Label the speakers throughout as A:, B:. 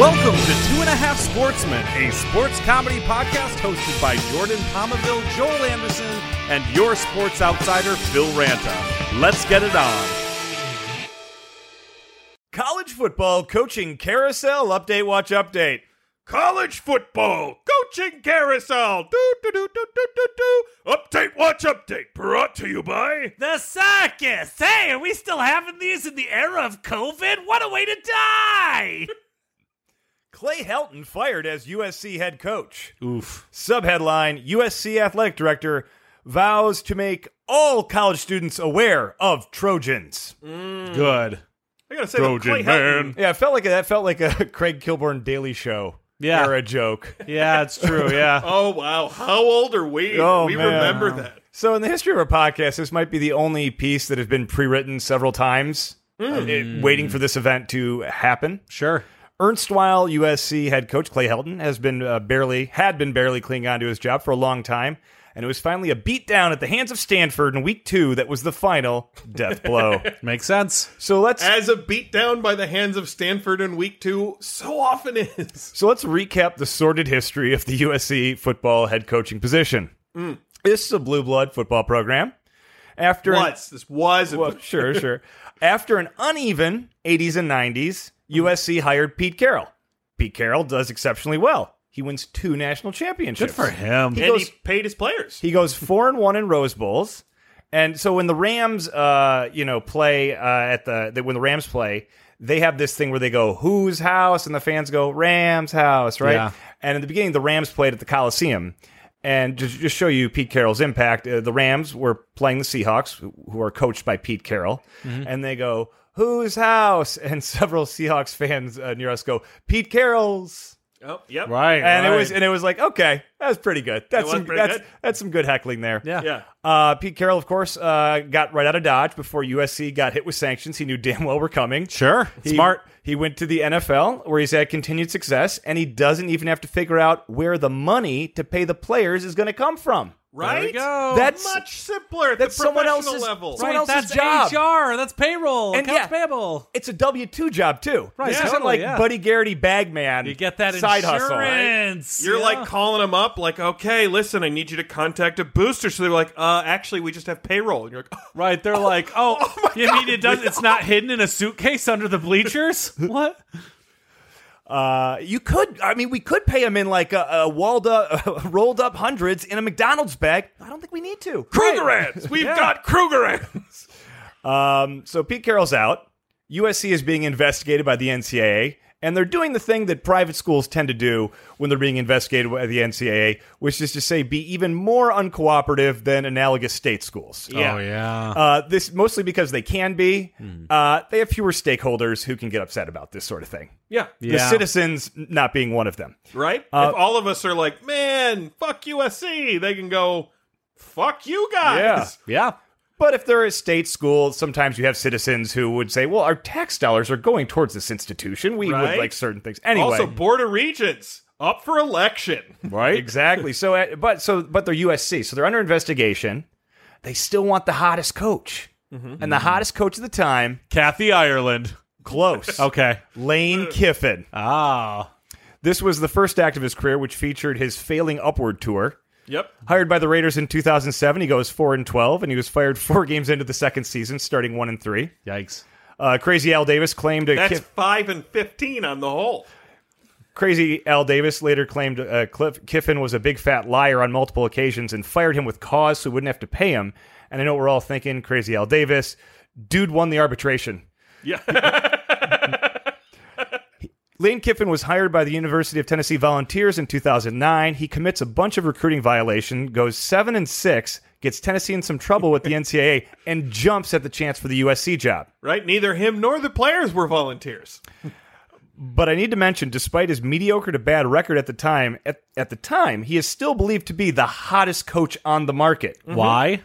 A: Welcome to Two and a Half Sportsmen, a sports comedy podcast hosted by Jordan Palmaville, Joel Anderson, and your sports outsider, Phil Ranta. Let's get it on.
B: College football coaching carousel update. Watch update.
A: College football, coaching carousel, do do do do do do do. Update, watch update, brought to you by.
C: The circus! Hey, are we still having these in the era of COVID? What a way to die!
B: Clay Helton fired as USC head coach.
C: Oof.
B: Subheadline: USC athletic director vows to make all college students aware of Trojans.
C: Good.
A: I Mm. gotta say,
D: Trojan man.
B: Yeah, it felt like that felt like a Craig Kilborn Daily Show
C: Yeah.
B: era joke.
C: Yeah, it's true. Yeah.
D: Oh wow, how old are we?
B: Oh,
D: we
B: man.
D: remember that.
B: So, in the history of our podcast, this might be the only piece that has been pre-written several times,
D: Mm.
B: um, it- waiting for this event to happen.
C: sure.
B: Erstwhile USC head coach Clay Helton has been uh, barely had been barely clinging on to his job for a long time, and it was finally a beatdown at the hands of Stanford in Week Two that was the final death blow.
C: Makes sense.
B: so let's
D: As a beatdown by the hands of Stanford in week two so often is.
B: so let's recap the sordid history of the USC football head coaching position.
D: Mm.
B: This is a blue blood football program. After an-
D: Was this was a
B: well, sure, sure. After an uneven 80s and 90s, USC hired Pete Carroll. Pete Carroll does exceptionally well. He wins two national championships.
C: him.
B: He
D: and
B: goes,
D: he paid his players.
B: he goes four and one in Rose Bowls, and so when the Rams, uh, you know, play uh, at the, the when the Rams play, they have this thing where they go whose house, and the fans go Rams house, right?
C: Yeah.
B: And in the beginning, the Rams played at the Coliseum, and just just show you Pete Carroll's impact, uh, the Rams were playing the Seahawks, who- who are coached by Pete Carroll, and they go whose house, and several Seahawks fans uh, near us go Pete Carroll's
D: oh, yep.
C: Right.
B: and
C: right.
B: it was and it was like okay that's pretty good that's
D: was
B: some,
D: pretty
B: that's,
D: good.
B: that's some good heckling there
C: Yeah.
D: Yeah.
B: uh, Pete Carroll of course uh, got right out of dodge before USC got hit with sanctions he knew damn well were coming
C: Sure.
B: He-
C: Smart.
B: he went to the NFL where he's had continued success and he doesn't even have to figure out where the money to pay the players is going to come from
D: Right?
C: go.
B: That's-
D: much simpler at
B: that's
D: the
B: someone
D: professional
B: else's-
D: level.
B: someone else's job.
C: HR. That's payroll.
B: And
C: accounts
B: yeah.
C: payable.
B: it's a W two job too
C: Right,
B: this
C: yeah.
B: isn't
C: totally,
B: like
C: yeah.
B: Buddy Garrity Bagman
C: You get that
B: side hustle right?
C: insurance.
D: You're
C: yeah.
D: like calling them up, like, okay, listen, I need you to contact a booster. So they're like, uh, actually, we just have payroll. And you're like,
C: right. They're like, oh, you mean it does? It's not hidden in a suitcase under the bleachers? what?
B: Uh, you could, I mean, we could pay him in like a, a walled up, rolled up hundreds in a McDonald's bag. I don't think we need to.
D: Krugerrands! We've got Krugerrands!
B: Um, so Pete Carroll's out. USC is being investigated by the NCAA, and they're doing the thing that private schools tend to do when they're being investigated by the NCAA, which is to say, be even more uncooperative than analogous state schools.
C: Oh, yeah. Hmm.
B: Uh, this mostly because they can be. Uh, they have fewer stakeholders who can get upset about this sort of thing.
D: Yeah.
B: The
C: Yeah.
B: citizens not being one of them.
D: Right?
C: Uh,
D: if all of us are like, man, fuck USC, they can go, fuck you guys.
C: Yeah.
B: But if they're a state school, sometimes you have citizens who would say, "Well, our tax dollars are going towards this institution. We would
D: Right.
B: like certain things anyway."
D: Also, Board of Regents up for election.
B: right? Exactly. So, uh, but so, but they're USC, so they're under investigation. They still want the hottest coach, and the hottest coach at the time,
C: Kathy Ireland.
B: close,
C: Okay.
B: Lane Kiffin.
C: Ah.
B: This was the first act of his career, which featured his failing upward tour.
D: Yep.
B: Hired by the Raiders in 2007, he goes four and twelve, and he was fired four games into the second season, starting one and three.
C: Yikes.
B: Uh, Crazy Al Davis claimed a
D: That's
B: Kiff-
D: five and fifteen on the whole.
B: Crazy Al Davis later claimed uh, Cliff Kiffin was a big fat liar on multiple occasions and fired him with cause so he wouldn't have to pay him. And I know we're all thinking, Crazy Al Davis, dude won the arbitration. Yeah. Lane Kiffin was hired by the University of Tennessee Volunteers in 2009. He commits a bunch of recruiting violation, goes 7 and 6, gets Tennessee in some trouble with the NCAA and jumps at the chance for the USC job.
D: Right? Neither him nor the players were volunteers.
B: But I need to mention, despite his mediocre to bad record at the time, at, at the time he is still believed to be the hottest coach on the market.
C: Mm-hmm. Why?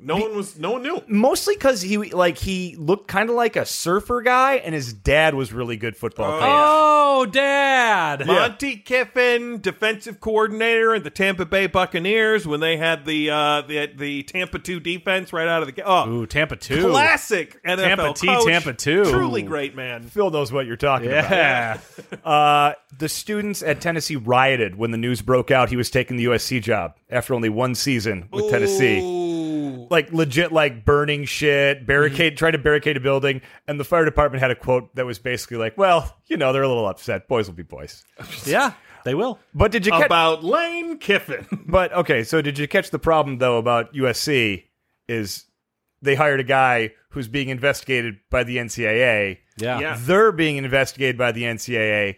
D: No one was. No one knew.
B: mostly because he like he looked kind of like a surfer guy, and his dad was really good football player.
C: Oh, Dad.
D: Monty Kiffin, defensive coordinator at the Tampa Bay Buccaneers, when they had the uh, the the Tampa two defense right out of the ga- oh
C: Ooh, Tampa 2.
D: classic NFL
C: Tampa T,
D: coach.
C: Tampa two.
D: Truly great man.
B: Phil knows what you're talking about.
C: Yeah.
B: Uh, the students at Tennessee rioted when the news broke out he was taking the USC job after only one season with Tennessee.
D: Ooh.
B: Like legit, like burning shit, barricade,
C: Mm-hmm.
B: trying to barricade a building, and the fire department had a quote that was basically like, "Well, you know, they're a little upset. Boys will be boys."
C: yeah, they will.
B: But did you catch?
D: About Lane Kiffin.
B: But okay, so did you catch the problem though about USC? Is they hired a guy who's being investigated by the NCAA?
C: Yeah.
D: Yeah.
B: they're being investigated by the NCAA,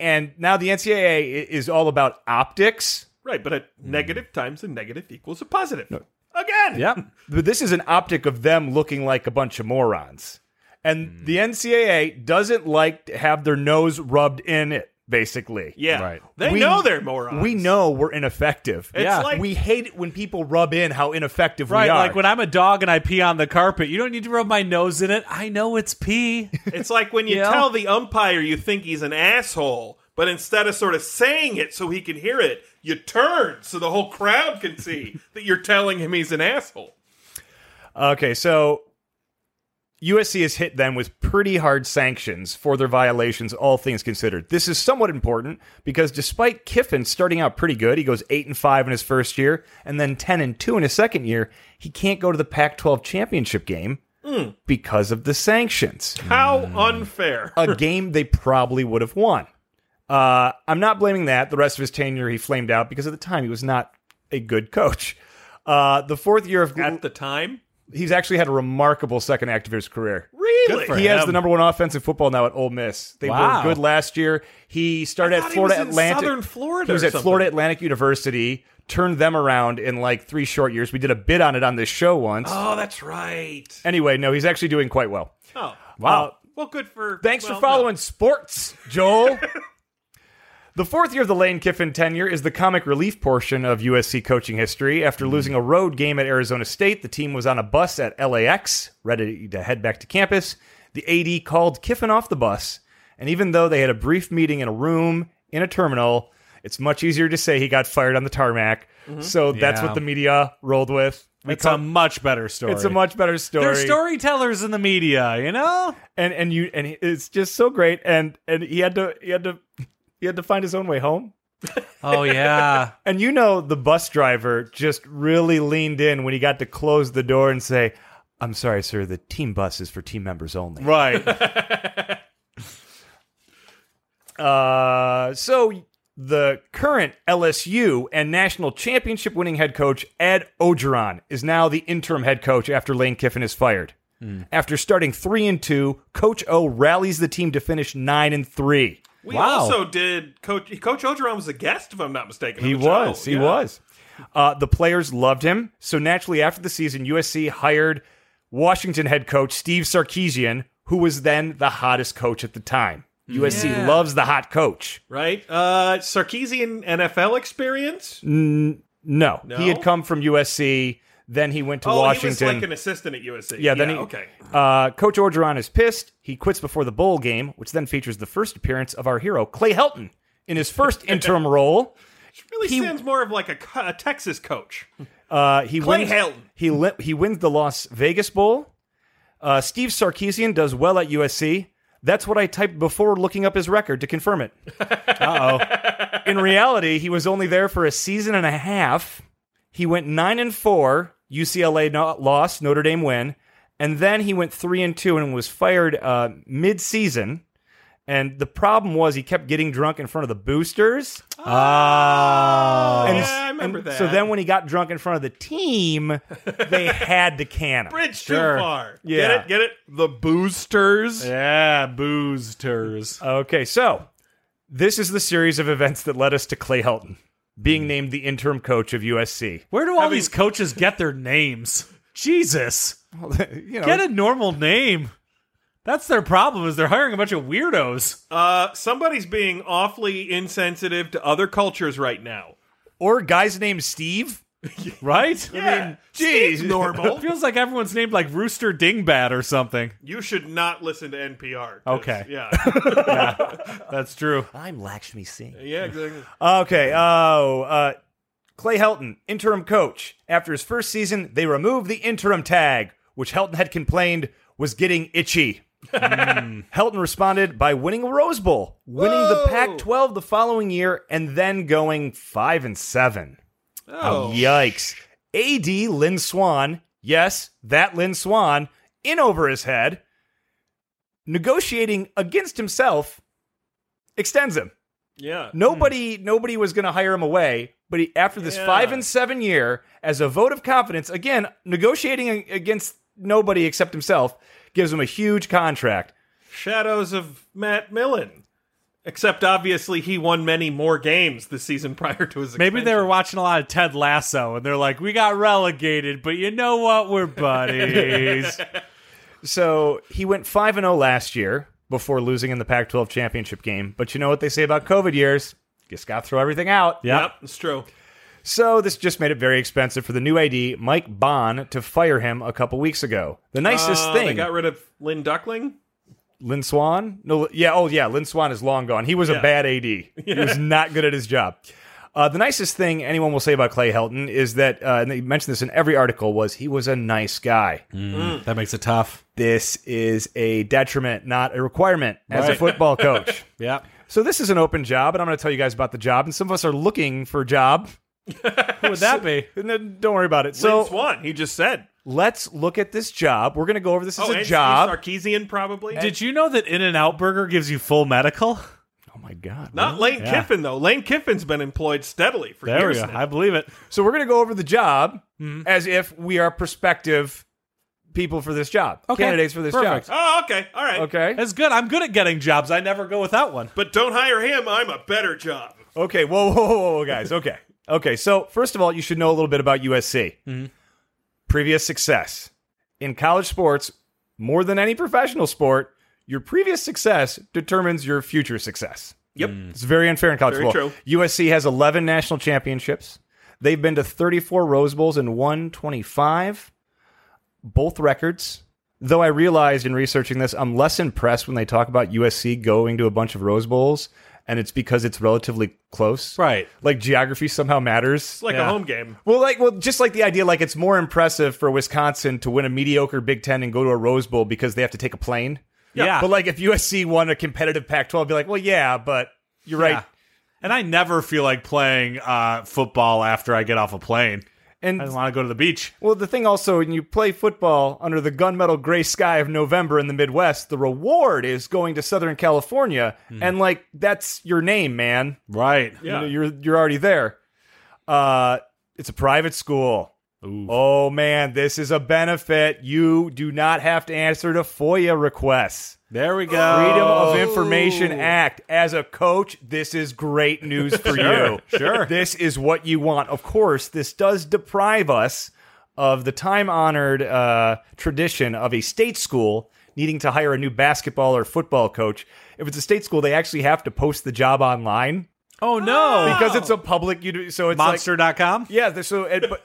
B: and now the NCAA i- is all about optics.
D: right, but a negative times a negative equals a positive. Again.
C: Yep.
B: But this is an optic of them looking like a bunch of morons, and
D: Hmm.
B: the NCAA doesn't like to have their nose rubbed in it. Basically,
D: Yeah.
C: Right.
D: They
B: We-
D: know they're morons.
B: we know we're ineffective.
D: It's
C: Yeah.
D: like
B: we hate it when people rub in how ineffective
C: Right,
B: we are.
C: like when I'm a dog and I pee on the carpet, you don't need to rub my nose in it. I know it's pee.
D: It's like when you
C: Yeah.
D: tell the umpire you think he's an asshole, but instead of sort of saying it so he can hear it, you turn so the whole crowd can see that you're telling him he's an asshole.
B: Okay, so USC has hit them with pretty hard sanctions for their violations, all things considered. This is somewhat important because despite Kiffin starting out pretty good, he goes eight and five in his first year, and then ten and two in his second year, he can't go to the Pac-12 championship game because of the sanctions.
D: How
B: Hmm.
D: unfair.
B: A game they probably would have won. Uh, I'm not blaming that. The rest of his tenure, he flamed out because at the time he was not a good coach. Uh, the fourth year of
D: At the time?
B: he's actually had a remarkable second act of his career.
D: Really?
B: He has the number one offense in football now at Ole Miss. They
C: Wow.
B: were good last year. He started
D: I
B: at
D: thought he
B: Florida
D: was in
B: Atlantic.
D: Southern Florida
B: He was
D: or
B: at
D: something.
B: Florida Atlantic University. Turned them around in like three short years. We did a bit on it on this show once.
D: Oh, that's right.
B: Anyway, no, he's actually doing quite well. Uh,
D: Oh.
B: Wow.
D: Well, good for.
B: Thanks
D: well,
B: for following sports, Joel. the fourth year of the Lane Kiffin tenure is the comic relief portion of USC coaching history. After losing a road game at Arizona State, the team was on a bus at LAX, ready to head back to campus. The AD called Kiffin off the bus, and even though they had a brief meeting in a room in a terminal, it's much easier to say he got fired on the tarmac. So that's
C: Yeah.
B: what the media rolled with. We
C: It's a
B: come-
C: much better story.
B: it's a much better
C: They're storytellers in the media, you know?
B: and and you and it's just so great and and he had to he had to he had to find his own way home
C: Oh yeah.
B: and you know the bus driver just really leaned in when he got to close the door and say i'm sorry sir the team bus is for team members only
C: right.
B: uh so the current LSU and national championship winning head coach Ed Ogeron is now the interim head coach after Lane Kiffin is fired. After starting 3 and 2, coach O rallies the team to finish 9 and 3.
D: We
C: Wow.
D: also did. Coach Coach Ogeron was a guest, if I'm not mistaken. on
B: He
D: the show.
B: was. He
D: Yeah.
B: was. Uh, the players loved him. So naturally, after the season, USC hired Washington head coach Steve Sarkeesian, who was then the hottest coach at the time.
D: Mm-hmm.
B: USC loves the hot coach.
D: Right? Uh, Sarkeesian NFL experience?
B: No,
D: No?
B: he had come from USC. Then he went to
D: oh,
B: Washington.
D: he was like an assistant at USC.
B: Yeah, then he,
D: okay.
B: Uh, Coach Orgeron is pissed. He quits before the bowl game, which then features the first appearance of our hero Clay Helton in his first interim role.
D: Really
B: he-
D: sounds more of like a, co- a Texas coach.
B: Uh, he
D: Clay
B: wins.
D: Helton.
B: He li- he wins the Las Vegas Bowl. Uh, Steve Sarkeesian does well at USC. That's what I typed before looking up his record to confirm it. Uh oh. In reality, he was only there for a season and a half. He went nine and four. UCLA no- lost. Notre Dame win. And then he went three and two and was fired uh, mid-season. And the problem was he kept getting drunk in front of the boosters.
C: Oh.
B: And-
D: yeah, I remember
B: and
D: that.
B: So then when he got drunk in front of the team, they had to can him.
D: bridge
C: Sure.
D: too far. Get
B: Yeah.
D: it? Get it? The boosters.
C: yeah, boosters.
B: Okay, so this is the series of events that led us to Clay Helton being named the interim coach of USC.
C: Where do all these coaches get their names? Jesus.
B: You know,
C: Get a normal name. That's their problem is they're hiring a bunch of weirdos.
D: Uh, somebody's being awfully insensitive to other cultures right now.
B: or guys named Steve.
E: right?
D: Yeah.
E: I mean,
D: Steve's normal.
E: it feels like everyone's named like Rooster Dingbat or something.
D: you should not listen to NPR. 'cause-
E: Okay.
D: Yeah.
E: That's true.
B: I'm Lakshmi Singh.
D: yeah. Exactly.
B: Okay. Oh, uh, Clay Helton, interim coach. After his first season, they removed the interim tag, which Helton had complained was getting itchy. Helton responded by winning a Rose Bowl, winning the Pac-12 the following year, and then going five and seven.
D: Oh.
B: Yikes! AD Lynn Swan, yes, that Lynn Swan, in over his head, negotiating against himself, extends him.
D: Yeah.
B: Nobody, nobody was going to hire him away. But he, after this
D: Hmm. Yeah.
B: five and seven year, as a vote of confidence, again negotiating a- against nobody except himself, gives him a huge contract.
D: Shadows of Matt Millen. Except obviously he won many more games the season prior to his.
E: Maybe they
D: extension.
E: were watching a lot of Ted Lasso and they're like, we got relegated, but you know what? We're buddies.
B: So he went five and zero last year before losing in the Pac-12 championship game. But you know what they say about COVID years? Just got to throw everything out.
D: Yep, it's true.
B: So this just made it very expensive for the new AD Mike Bond to fire him a couple weeks ago. The nicest
D: Uh,
B: thing
D: They got rid of Lynn Duckling.
B: Lynn Swan? No, yeah, oh yeah, Lynn Swan is long gone. He was a bad AD. He was not good at his job. Uh, the nicest thing anyone will say about Clay Helton is that, uh, and they mentioned this in every article, was he was a nice guy.
C: Mm,
E: that makes it tough.
B: This is a detriment, not a requirement as a
E: Right.
B: football coach.
E: Yeah.
B: so this is an open job, and I'm going to tell you guys about the job. And some of us are looking for a job.
E: Who would that be?
B: And then don't worry about it.
D: So,
B: So
D: Lynn Swan, he just said.
B: let's look at this job. We're going to go over this as
D: oh,
B: a
D: and
B: job.
D: Steve Sarkeesian probably.
E: Did you know that In N Out Burger gives you full medical?
B: oh my god!
D: Not Lane
E: Yeah.
D: Kiffin though. Lane Kiffin's been employed steadily for
E: There we
D: years.
E: go.
D: now.
E: I believe it.
B: So we're going to go over the job
D: Mm-hmm.
B: as if we are prospective people for this job,
E: Okay.
B: candidates for this
E: Perfect.
B: job.
D: Oh, okay, all right.
B: Okay.
E: That's good. I'm good at getting jobs. I never go without one.
D: But don't hire him. I'm a better job.
B: Okay. Whoa, whoa, whoa, whoa, guys. Okay. Okay. So first of all, you should know a little bit about USC.
D: Mm-hmm.
B: Previous success in college sports, more than any professional sport, your previous success determines your future success. Mm.
D: Yep.
B: It's very unfair in college
D: Very
B: football.
D: true.
B: USC has 11 national championships. They've been to 34 Rose Bowls and won 25, both records. Though I realized in researching this, I'm less impressed when they talk about USC going to a bunch of Rose Bowls, and it's because it's relatively close.
E: Right.
B: Like geography somehow matters.
D: It's like
E: Yeah.
D: a home game.
B: Well, like, well, just like the idea, like it's more impressive for Wisconsin to win a mediocre Big Ten and go to a Rose Bowl because they have to take a plane.
E: Yeah.
B: But like, if USC won a competitive Pac-12, I'd be like, well, yeah, but you're right.
E: Yeah. And I never feel like playing uh, football after I get off a plane.
B: And
E: I just want to go to the beach.
B: Well, the thing also, when you play football under the gunmetal gray sky of November in the Midwest, the reward is going to Southern California, and like that's your name, man.
E: Right.
B: You know, you're you're already there. Uh, it's a private school. Oh man, this is a benefit. You do not have to answer to FOIA requests.
E: There we go.
B: Freedom of Information Act. As a coach, this is great news for you. Sure. This is what you want. Of course, this does deprive us of the time honored uh, tradition of a state school needing to hire a new basketball or football coach. If it's a state school, they actually have to post the job online
E: Oh, no.
B: because it's a public. uni- So it's like,
E: Monster.com?
B: yeah, th- so and, but,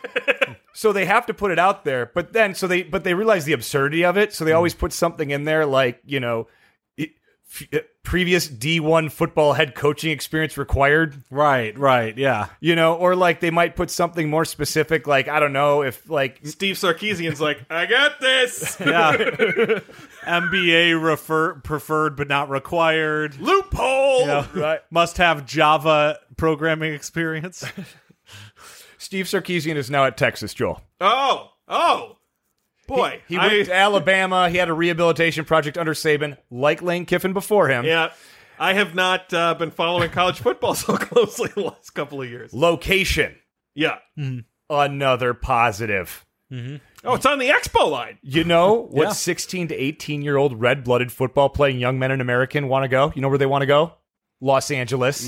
B: so they have to put it out there, but then so they but they realize the absurdity of it, so they
D: Mm-hmm.
B: always put something in there like you know, it, f- uh, previous D one football head coaching experience required,
E: Right, right. Yeah.
B: you know, or like they might put something more specific, like I don't know if like
D: Steve Sarkeesian's like, I got this
E: Yeah. MBA refer- preferred but not required.
D: loophole.
B: right.
E: Must have Java programming experience.
B: Steve Sarkeesian is now at Texas, Joel.
D: Oh, oh, boy.
B: He
D: I-
B: went to Alabama. He had a rehabilitation project under Saban, like Lane Kiffin before him.
D: yeah. I have not uh, been following college football so closely the last couple of years.
B: Location,
D: Yeah.
B: another positive.
D: Oh, it's on the expo line.
B: You know what
E: Yeah.
B: 16 to 18 year old red blooded football playing young men in American want to go? You know where they want to go? Los Angeles.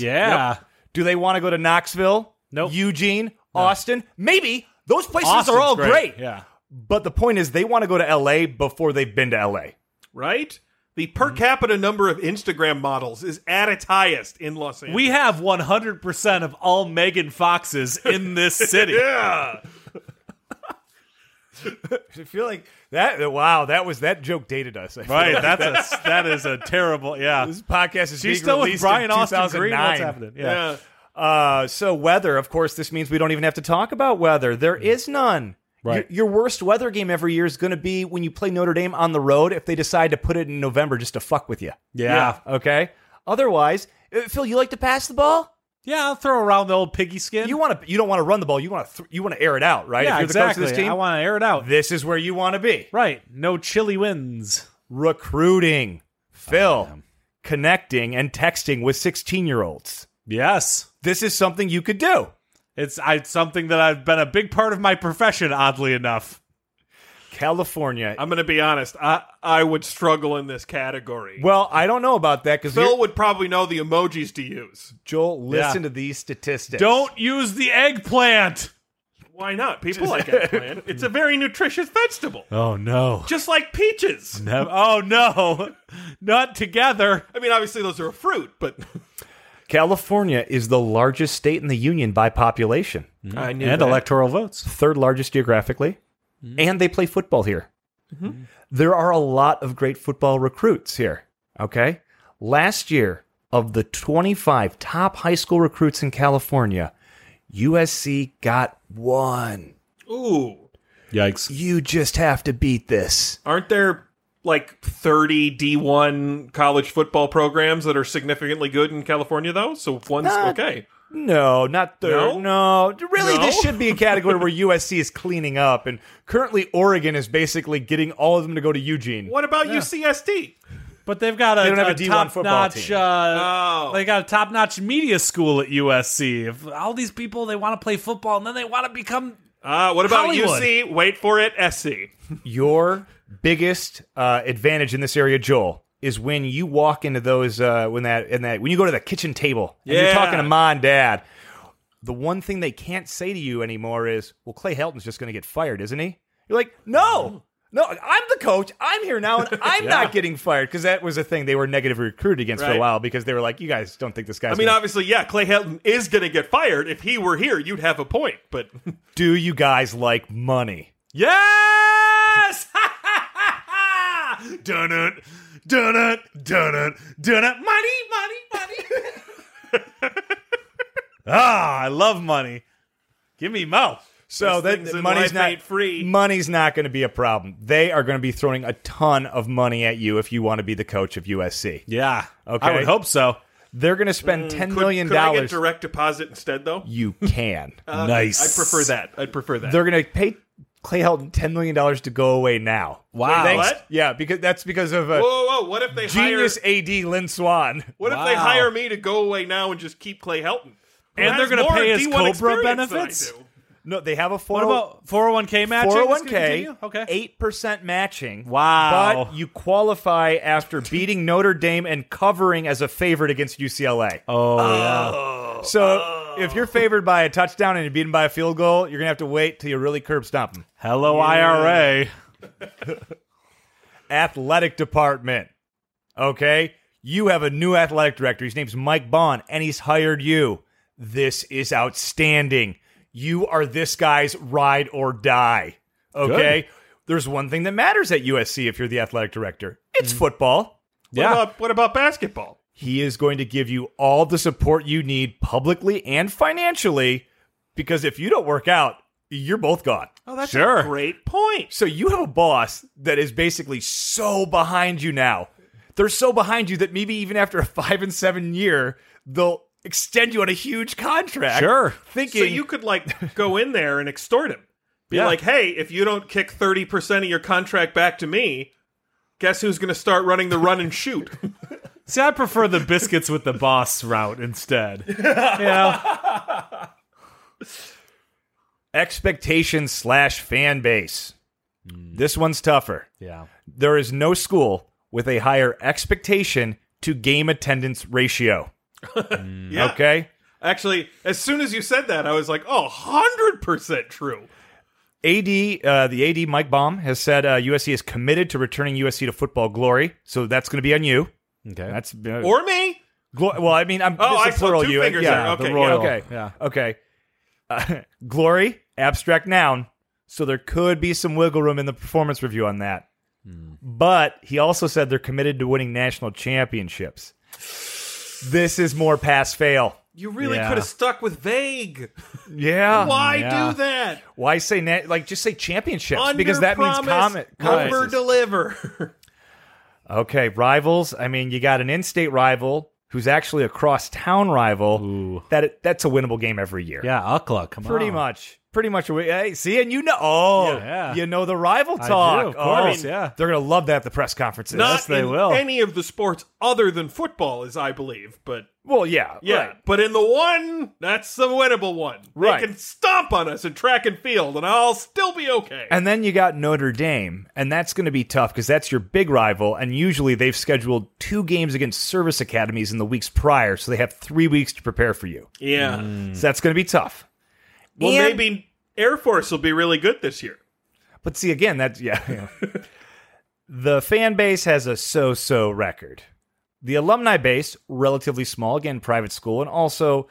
E: Yeah.
B: Do they want to go to Knoxville?
E: Nope.
B: Eugene? Austin? Maybe. Those places
E: Austin's
B: are all great.
E: Yeah.
B: But the point is, they want to go to LA before they've been to LA.
D: right? The per
E: Mm-hmm.
D: capita number of Instagram models is at its highest in Los Angeles.
E: We have 100% of all Megan Foxes in this city.
D: yeah.
B: I feel like that. Wow, that was that joke dated us. I feel
E: Right, that's a that is a terrible yeah.
B: This podcast is
E: She's
B: being
E: still with
B: released
E: Brian
B: in
E: Austin Green. What's
B: 2009.
E: happening? Yeah.
D: yeah.
B: Uh, so weather, of course, this means we don't even have to talk about weather. There is none.
E: Mm-hmm. Right.
B: Your, your worst weather game every year is going to be when you play Notre Dame on the road if they decide to put it in November just to fuck with you.
E: Yeah.
B: Okay. Otherwise, uh, Phil, you like to pass the ball.
E: Yeah, I'll throw around the old piggy skin.
B: You want to. You don't want to run the ball. You want to. Th- you want to air it out, right?
E: yeah,
B: if you're
E: exactly.
B: the coach of this team,
E: I want to air it out.
B: this is where you want to be.
E: Right. No chilly winds.
B: Recruiting, Phil, connecting and texting with 16 year olds.
E: Yes.
B: This is something you could do.
E: It's I, it's something that I've been a big part of my profession, oddly enough.
B: California.
D: I'm going to be honest. I I would struggle in this category.
B: well, I don't know about that because
D: Phil would probably know the emojis to use.
B: Joel, listen
E: Yeah.
B: to these statistics.
E: Don't use the eggplant.
D: Why not? People like eggplant. It's a very nutritious vegetable,
E: Oh no.
D: just like peaches.
E: Nev- oh no. Not together.
D: I mean, obviously those are a fruit, but
B: California is the largest state in the union by population,
D: I knew
E: And
D: that.
E: electoral votes.
B: third largest geographically,
E: Mm-hmm.
B: and they play football here. There are a lot of great football recruits here. Okay. Last year, of the 25 top high school recruits in California, USC got one.
D: Ooh,
E: Yikes.
B: You just have to beat this.
D: aren't there like 30 D1 college football programs that are significantly good in California though? So one's
B: Nah.
D: okay.
B: No, not third. No, really,
D: No?
B: this should be a category where USC is cleaning up, and currently Oregon is basically getting all of them to go to Eugene.
D: What about UCSD?
E: But they've got a,
B: They don't have a
E: a,
B: D1
E: top
B: football
E: notch.
B: team.
E: Uh,
D: Oh.
E: They got a top notch media school at USC. If all these people they want to play football and then they want to become
D: Uh, what about
E: Hollywood.
D: UC? Wait for it, SC.
B: Your biggest uh, advantage in this area, Joel, is when you walk into those uh, when that and that when you go to the kitchen table and you're
D: Yeah.
B: talking to mom and dad. The one thing they can't say to you anymore is, "Well, Clay Helton's just going to get fired, isn't he?" You're like, "No." No, I'm the coach. I'm here now, and I'm not getting fired because that was a thing they were negative recruited against for a
D: Right.
B: while because they were like, "You guys don't think this guy's."
D: I mean,
B: gonna-
D: obviously, yeah, Clay Helton is going to get fired. If he were here, you'd have a point, but
B: do you guys like money?
E: Yes! dun it, dun it, dun it, dun it. Money, money, money. ah, I love money. Give me mo.
B: So
D: Best
B: that
D: things in
B: money's
D: life
B: not
D: ain't free.
B: Money's not going to be a problem. They are going to be throwing a ton of money at you if you want to be the coach of USC.
E: Yeah.
B: Okay.
E: I would hope so.
B: They're going to spend ten
D: Mm, could,
B: million
D: could I get
B: dollars.
D: direct deposit instead, though?
B: you can.
E: nice.
D: I prefer that. I'd prefer that.
B: They're going to pay Clay Helton ten million dollars to go away now.
E: Wow.
B: Thanks.
D: What?
B: Yeah, because that's because of uh,
D: whoa, whoa, whoa! What if they
B: genius
D: hire?
B: AD Lin Swan.
D: What if they
E: Wow.
D: hire me to go away now and just keep Clay Helton? Who
E: And they're
D: has
E: gonna
D: more
E: pay his
D: D1
E: Cobra
D: experience than I
E: benefits?
D: do.
B: No, they have a oh,
E: What about 401k matching? It's gonna
B: 401k,
E: continue? Okay.
B: eight percent matching.
E: Wow.
B: But you qualify after beating Notre Dame and covering as a favorite against UCLA.
E: Oh, yeah.
B: so if you're favored by a touchdown and you beat them by a field goal, you're gonna have to wait till you really curb stomp them.
E: Hello, IRA.
B: Athletic department. Okay, you have a new athletic director. His name's Mike Bond, and he's hired you. This is outstanding. You are this guy's ride or die. Okay. There's one thing that matters at USC if you're the athletic director. It's
E: Mm.
B: football.
D: What
E: Yeah.
D: about what about basketball?
B: He is going to give you all the support you need publicly and financially because if you don't work out, you're both gone.
D: Oh, that's
E: Sure.
D: a great point.
B: So you have a boss that is basically so behind you now. They're so behind you that maybe even after a five and seven year, they'll extend you on a huge contract.
E: Sure.
B: Thinking
D: So you could like go in there and extort him. Be
E: Yeah.
D: like, hey, if you don't kick thirty percent of your contract back to me, guess who's going to start running the run and shoot?
E: See, I prefer the biscuits with the boss route instead. Yeah.
B: expectation slash fan base. This one's tougher.
E: Yeah.
B: There is no school with a higher expectation to game attendance ratio.
D: yeah.
B: Okay.
D: Actually, as soon as you said that, I was like, oh, 100 percent true.
B: AD, uh, the AD Mike Baum has said uh, USC is committed to returning USC to football glory, so that's going to be on you.
E: Okay.
B: That's uh,
D: Or me?
B: glo- well, I mean, I'm
D: Oh, I
B: this is
D: saw
B: plural.
D: two
B: you,
D: fingers
B: yeah,
D: there.
E: the
D: Okay, yeah.
E: royal.
B: okay,
E: Yeah.
B: okay. Uh, glory, abstract noun. So there could be some wiggle room in the performance review on that.
D: Hmm.
B: But he also said they're committed to winning national championships. This is more pass fail.
D: You really
E: Yeah. Oh,
D: could have stuck with vague.
B: Yeah.
D: Why
E: yeah.
D: do that?
B: Why say na- like just say championships
D: Under
B: because that means
D: promise,
B: comment.
D: over deliver.
B: Okay, rivals. I mean, you got an in-state rival who's actually a cross-town rival. That that's a winnable game every year.
E: Yeah, Ukla, come
B: pretty
E: on.
B: much. Pretty much. a win- Hey, see, and you know, oh,
E: Yeah.
B: you know the rival
E: do,
B: talk.
E: of
B: Oh,
E: course, yeah.
B: they're gonna love that at the press conferences.
D: Not
E: they
D: in
E: will.
D: any of the sports other than football, as I believe, but
B: well, yeah,
D: Yeah,
B: right.
D: but in the one, that's the winnable one.
B: Right.
D: They can stomp on us in track and field, and I'll still be okay.
B: And then you got Notre Dame, and that's going to be tough because that's your big rival. And usually they've scheduled two games against service academies in the weeks prior, so they have three weeks to prepare for you.
D: yeah.
E: Mm.
B: So that's going to be tough.
D: Well,
B: Mm. And-
D: maybe Air Force will be really good this year.
B: But see, again, that's yeah. yeah. the fan base has a so so record. The alumni base, relatively small, again, private school, and also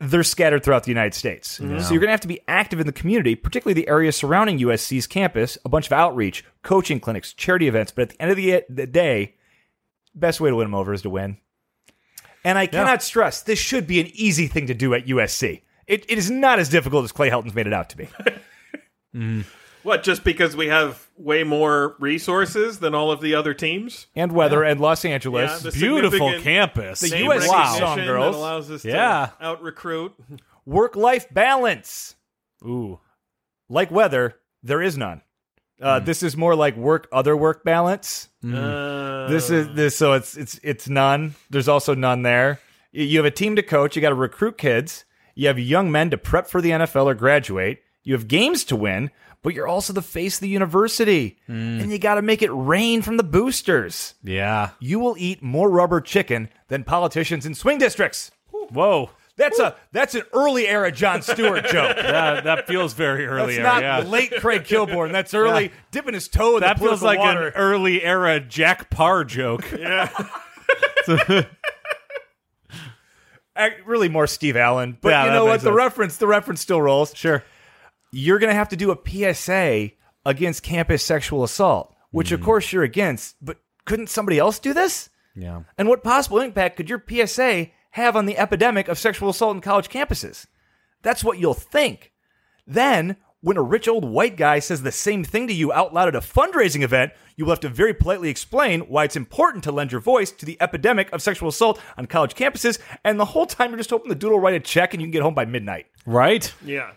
B: they're scattered throughout the United States. So you're going to have to be active in the community, particularly the area surrounding USC's campus, a bunch of outreach, coaching clinics, charity events. But at the end of the, the day, best way to win them over is to win. And I cannot stress, this should be an easy thing to do at USC. It, it is not as difficult as Clay Helton's made it out to be.
D: What, just because we have way more resources than all of the other teams?
B: and weather and Los Angeles.
D: Yeah, the
E: Beautiful
D: significant
E: campus.
B: The
D: name
B: USC
D: recognition
B: song,
D: that
B: girls.
D: allows us
E: Yeah.
D: to out recruit.
B: Work life balance.
E: Ooh.
B: Like weather, there is none. Uh, This is more like work other work balance.
D: Uh,
B: This is this so it's it's it's none. There's also none there. Y- You have a team to coach. You got to recruit kids. You have young men to prep for the NFL or graduate. You have games to win, but you're also the face of the university, and you got to make it rain from the boosters.
E: Yeah.
B: You will eat more rubber chicken than politicians in swing districts.
E: Whoa.
B: That's a that's an early era John Stewart joke.
E: That, that feels very early
B: That's
E: era.
B: not
E: yeah.
B: late Craig Kilborn. That's early dipping his toe in
E: that
B: the
E: feels
B: political
E: like
B: water.
E: an early era Jack Parr joke.
B: Ac- really more Steve Allen. But
E: Yeah,
B: you
E: that
B: know what?
E: makes
B: The
E: sense.
B: reference, the reference still rolls.
E: sure.
B: You're gonna have to do a PSA against campus sexual assault, which
E: Mm.
B: of course you're against. But couldn't somebody else do this?
E: Yeah.
B: And what possible impact could your PSA have on the epidemic of sexual assault in college campuses? That's what you'll think. Then, when a rich old white guy says the same thing to you out loud at a fundraising event, you will have to very politely explain why it's important to lend your voice to the epidemic of sexual assault on college campuses. And the whole time, you're just hoping the dude will write a check and you can get home by midnight.
E: Right?
D: Yeah.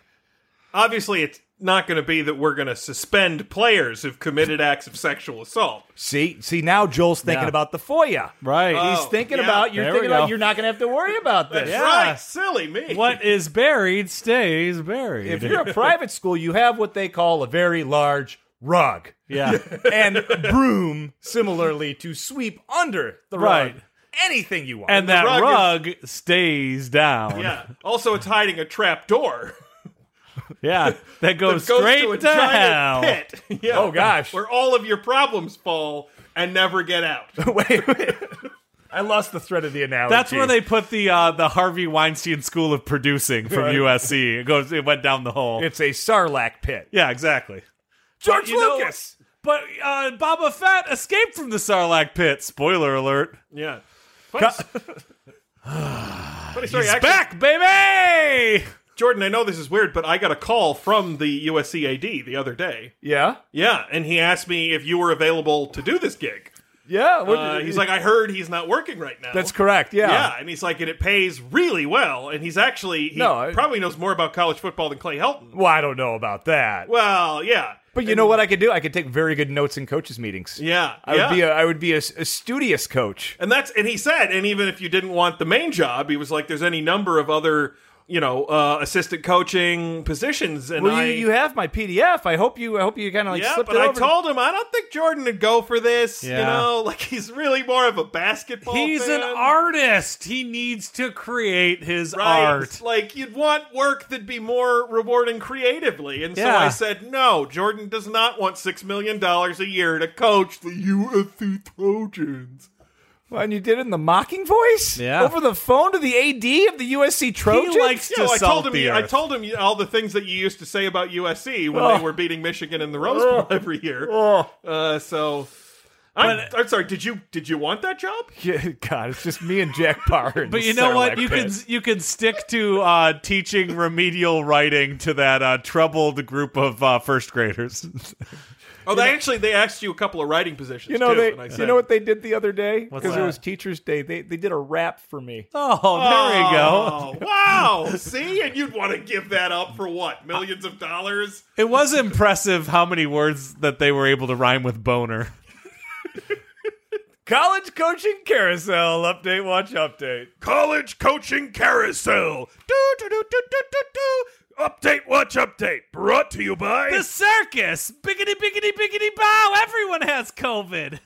D: Obviously, it's not going to be that we're going to suspend players who've committed acts of sexual assault.
B: See, see, now Joel's thinking
E: Yeah.
B: about the FOIA.
E: Right.
B: He's
D: Oh,
B: thinking
D: yeah.
B: about you're
E: There we
B: thinking about
E: go.
B: you're not going to have to worry about this.
E: Yeah.
D: Right, silly me.
E: what is buried stays buried.
B: If you're a private school, you have what they call a very large rug.
E: yeah.
B: and broom similarly to sweep under the
E: Right.
B: rug anything you want.
E: And that
D: rug
E: rug,
D: is-
E: stays down.
D: Yeah. Also, it's hiding a trap door.
E: Yeah. That goes
D: goes
E: straight
D: to a
E: hell.
D: giant pit. Yeah.
B: Oh, gosh.
D: Where all of your problems fall and never get out.
B: wait, wait. I lost the thread of the analogy.
E: That's where they put the uh, the Harvey Weinstein School of Producing from USC. It goes. It went down the hole.
B: It's a sarlacc pit.
E: yeah, exactly.
B: George
E: you know-
B: Lucas.
E: But uh, Boba Fett escaped from the Sarlacc pit. Spoiler alert.
D: Yeah. Funny, funny story. Actually,
E: Back, baby.
D: Jordan, I know this is weird, but I got a call from the USC AD the other day.
B: Yeah.
D: Yeah, and he asked me if you were available to do this gig.
B: Yeah. what-
D: Uh, he's like, I heard he's not working right now.
B: that's correct. Yeah.
D: Yeah, and he's like, and it pays really well. And he's actually, he
B: No, I-
D: probably knows more about college football than Clay Helton.
B: Well, I don't know about that.
D: Well, yeah.
B: but you know what I could do? I could take very good notes in coaches' meetings.
D: Yeah.
B: I
D: yeah.
B: would be a I would be a, a studious coach.
D: And that's and he said, and even if you didn't want the main job, he was like, "There's any number of other you know, uh, assistant coaching positions. And
B: Well,
D: I,
B: you, you have my PDF. I hope you. I hope you kind of like
D: yeah,
B: slipped
D: but
B: it
D: I
B: over.
D: told him I don't think Jordan would go for this. You
E: Yeah.
D: know, like he's really more of a basketball.
E: He's an
D: fan.
E: artist. He needs to create his
D: Right.
E: art.
D: Like you'd want work that'd be more rewarding creatively. And so
E: Yeah.
D: I said, no, Jordan does not want six million dollars a year to coach the USC Trojans.
B: Well, and you did it in the mocking voice.
E: Yeah.
B: Over the phone to the AD of the USC Trojans.
E: likes
D: Yeah,
E: to
D: well, I
E: salt
D: told him.
E: the
D: I
E: earth.
D: told him all the things that you used to say about USC when
B: Ugh.
D: they were beating Michigan in the Rose Bowl every year.
B: Oh,
D: Uh, so, I'm, I'm sorry. Did you did you want that job?
B: yeah, God, it's just me and Jack Parr.
E: But you know what? You can
B: can.
E: you can stick to uh, teaching remedial writing to that uh, troubled group of uh, first graders.
D: Oh, they actually they asked you a couple of writing positions.
B: You know
D: too,
B: they.
D: and I
B: You
D: said,
B: know what they did the other day because it
E: that?
B: was Teachers Day. They they did a rap for me.
E: Oh, there you go.
D: Oh, wow. See, and you'd want to give that up for what? Millions of dollars?
E: It was impressive how many words that they were able to rhyme with boner.
B: College coaching carousel update. Watch update.
D: College coaching carousel. Do do do do do do do. Update watch update. Brought to you by
C: The circus! Biggity, biggity, biggity bow! Everyone has COVID!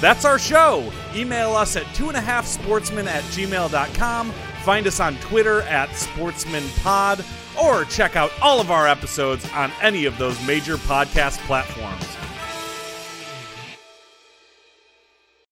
A: That's our show. Email us at two and a half sportsmen at gmail.com. Find us on Twitter at sportsmanpod or check out all of our episodes on any of those major podcast platforms.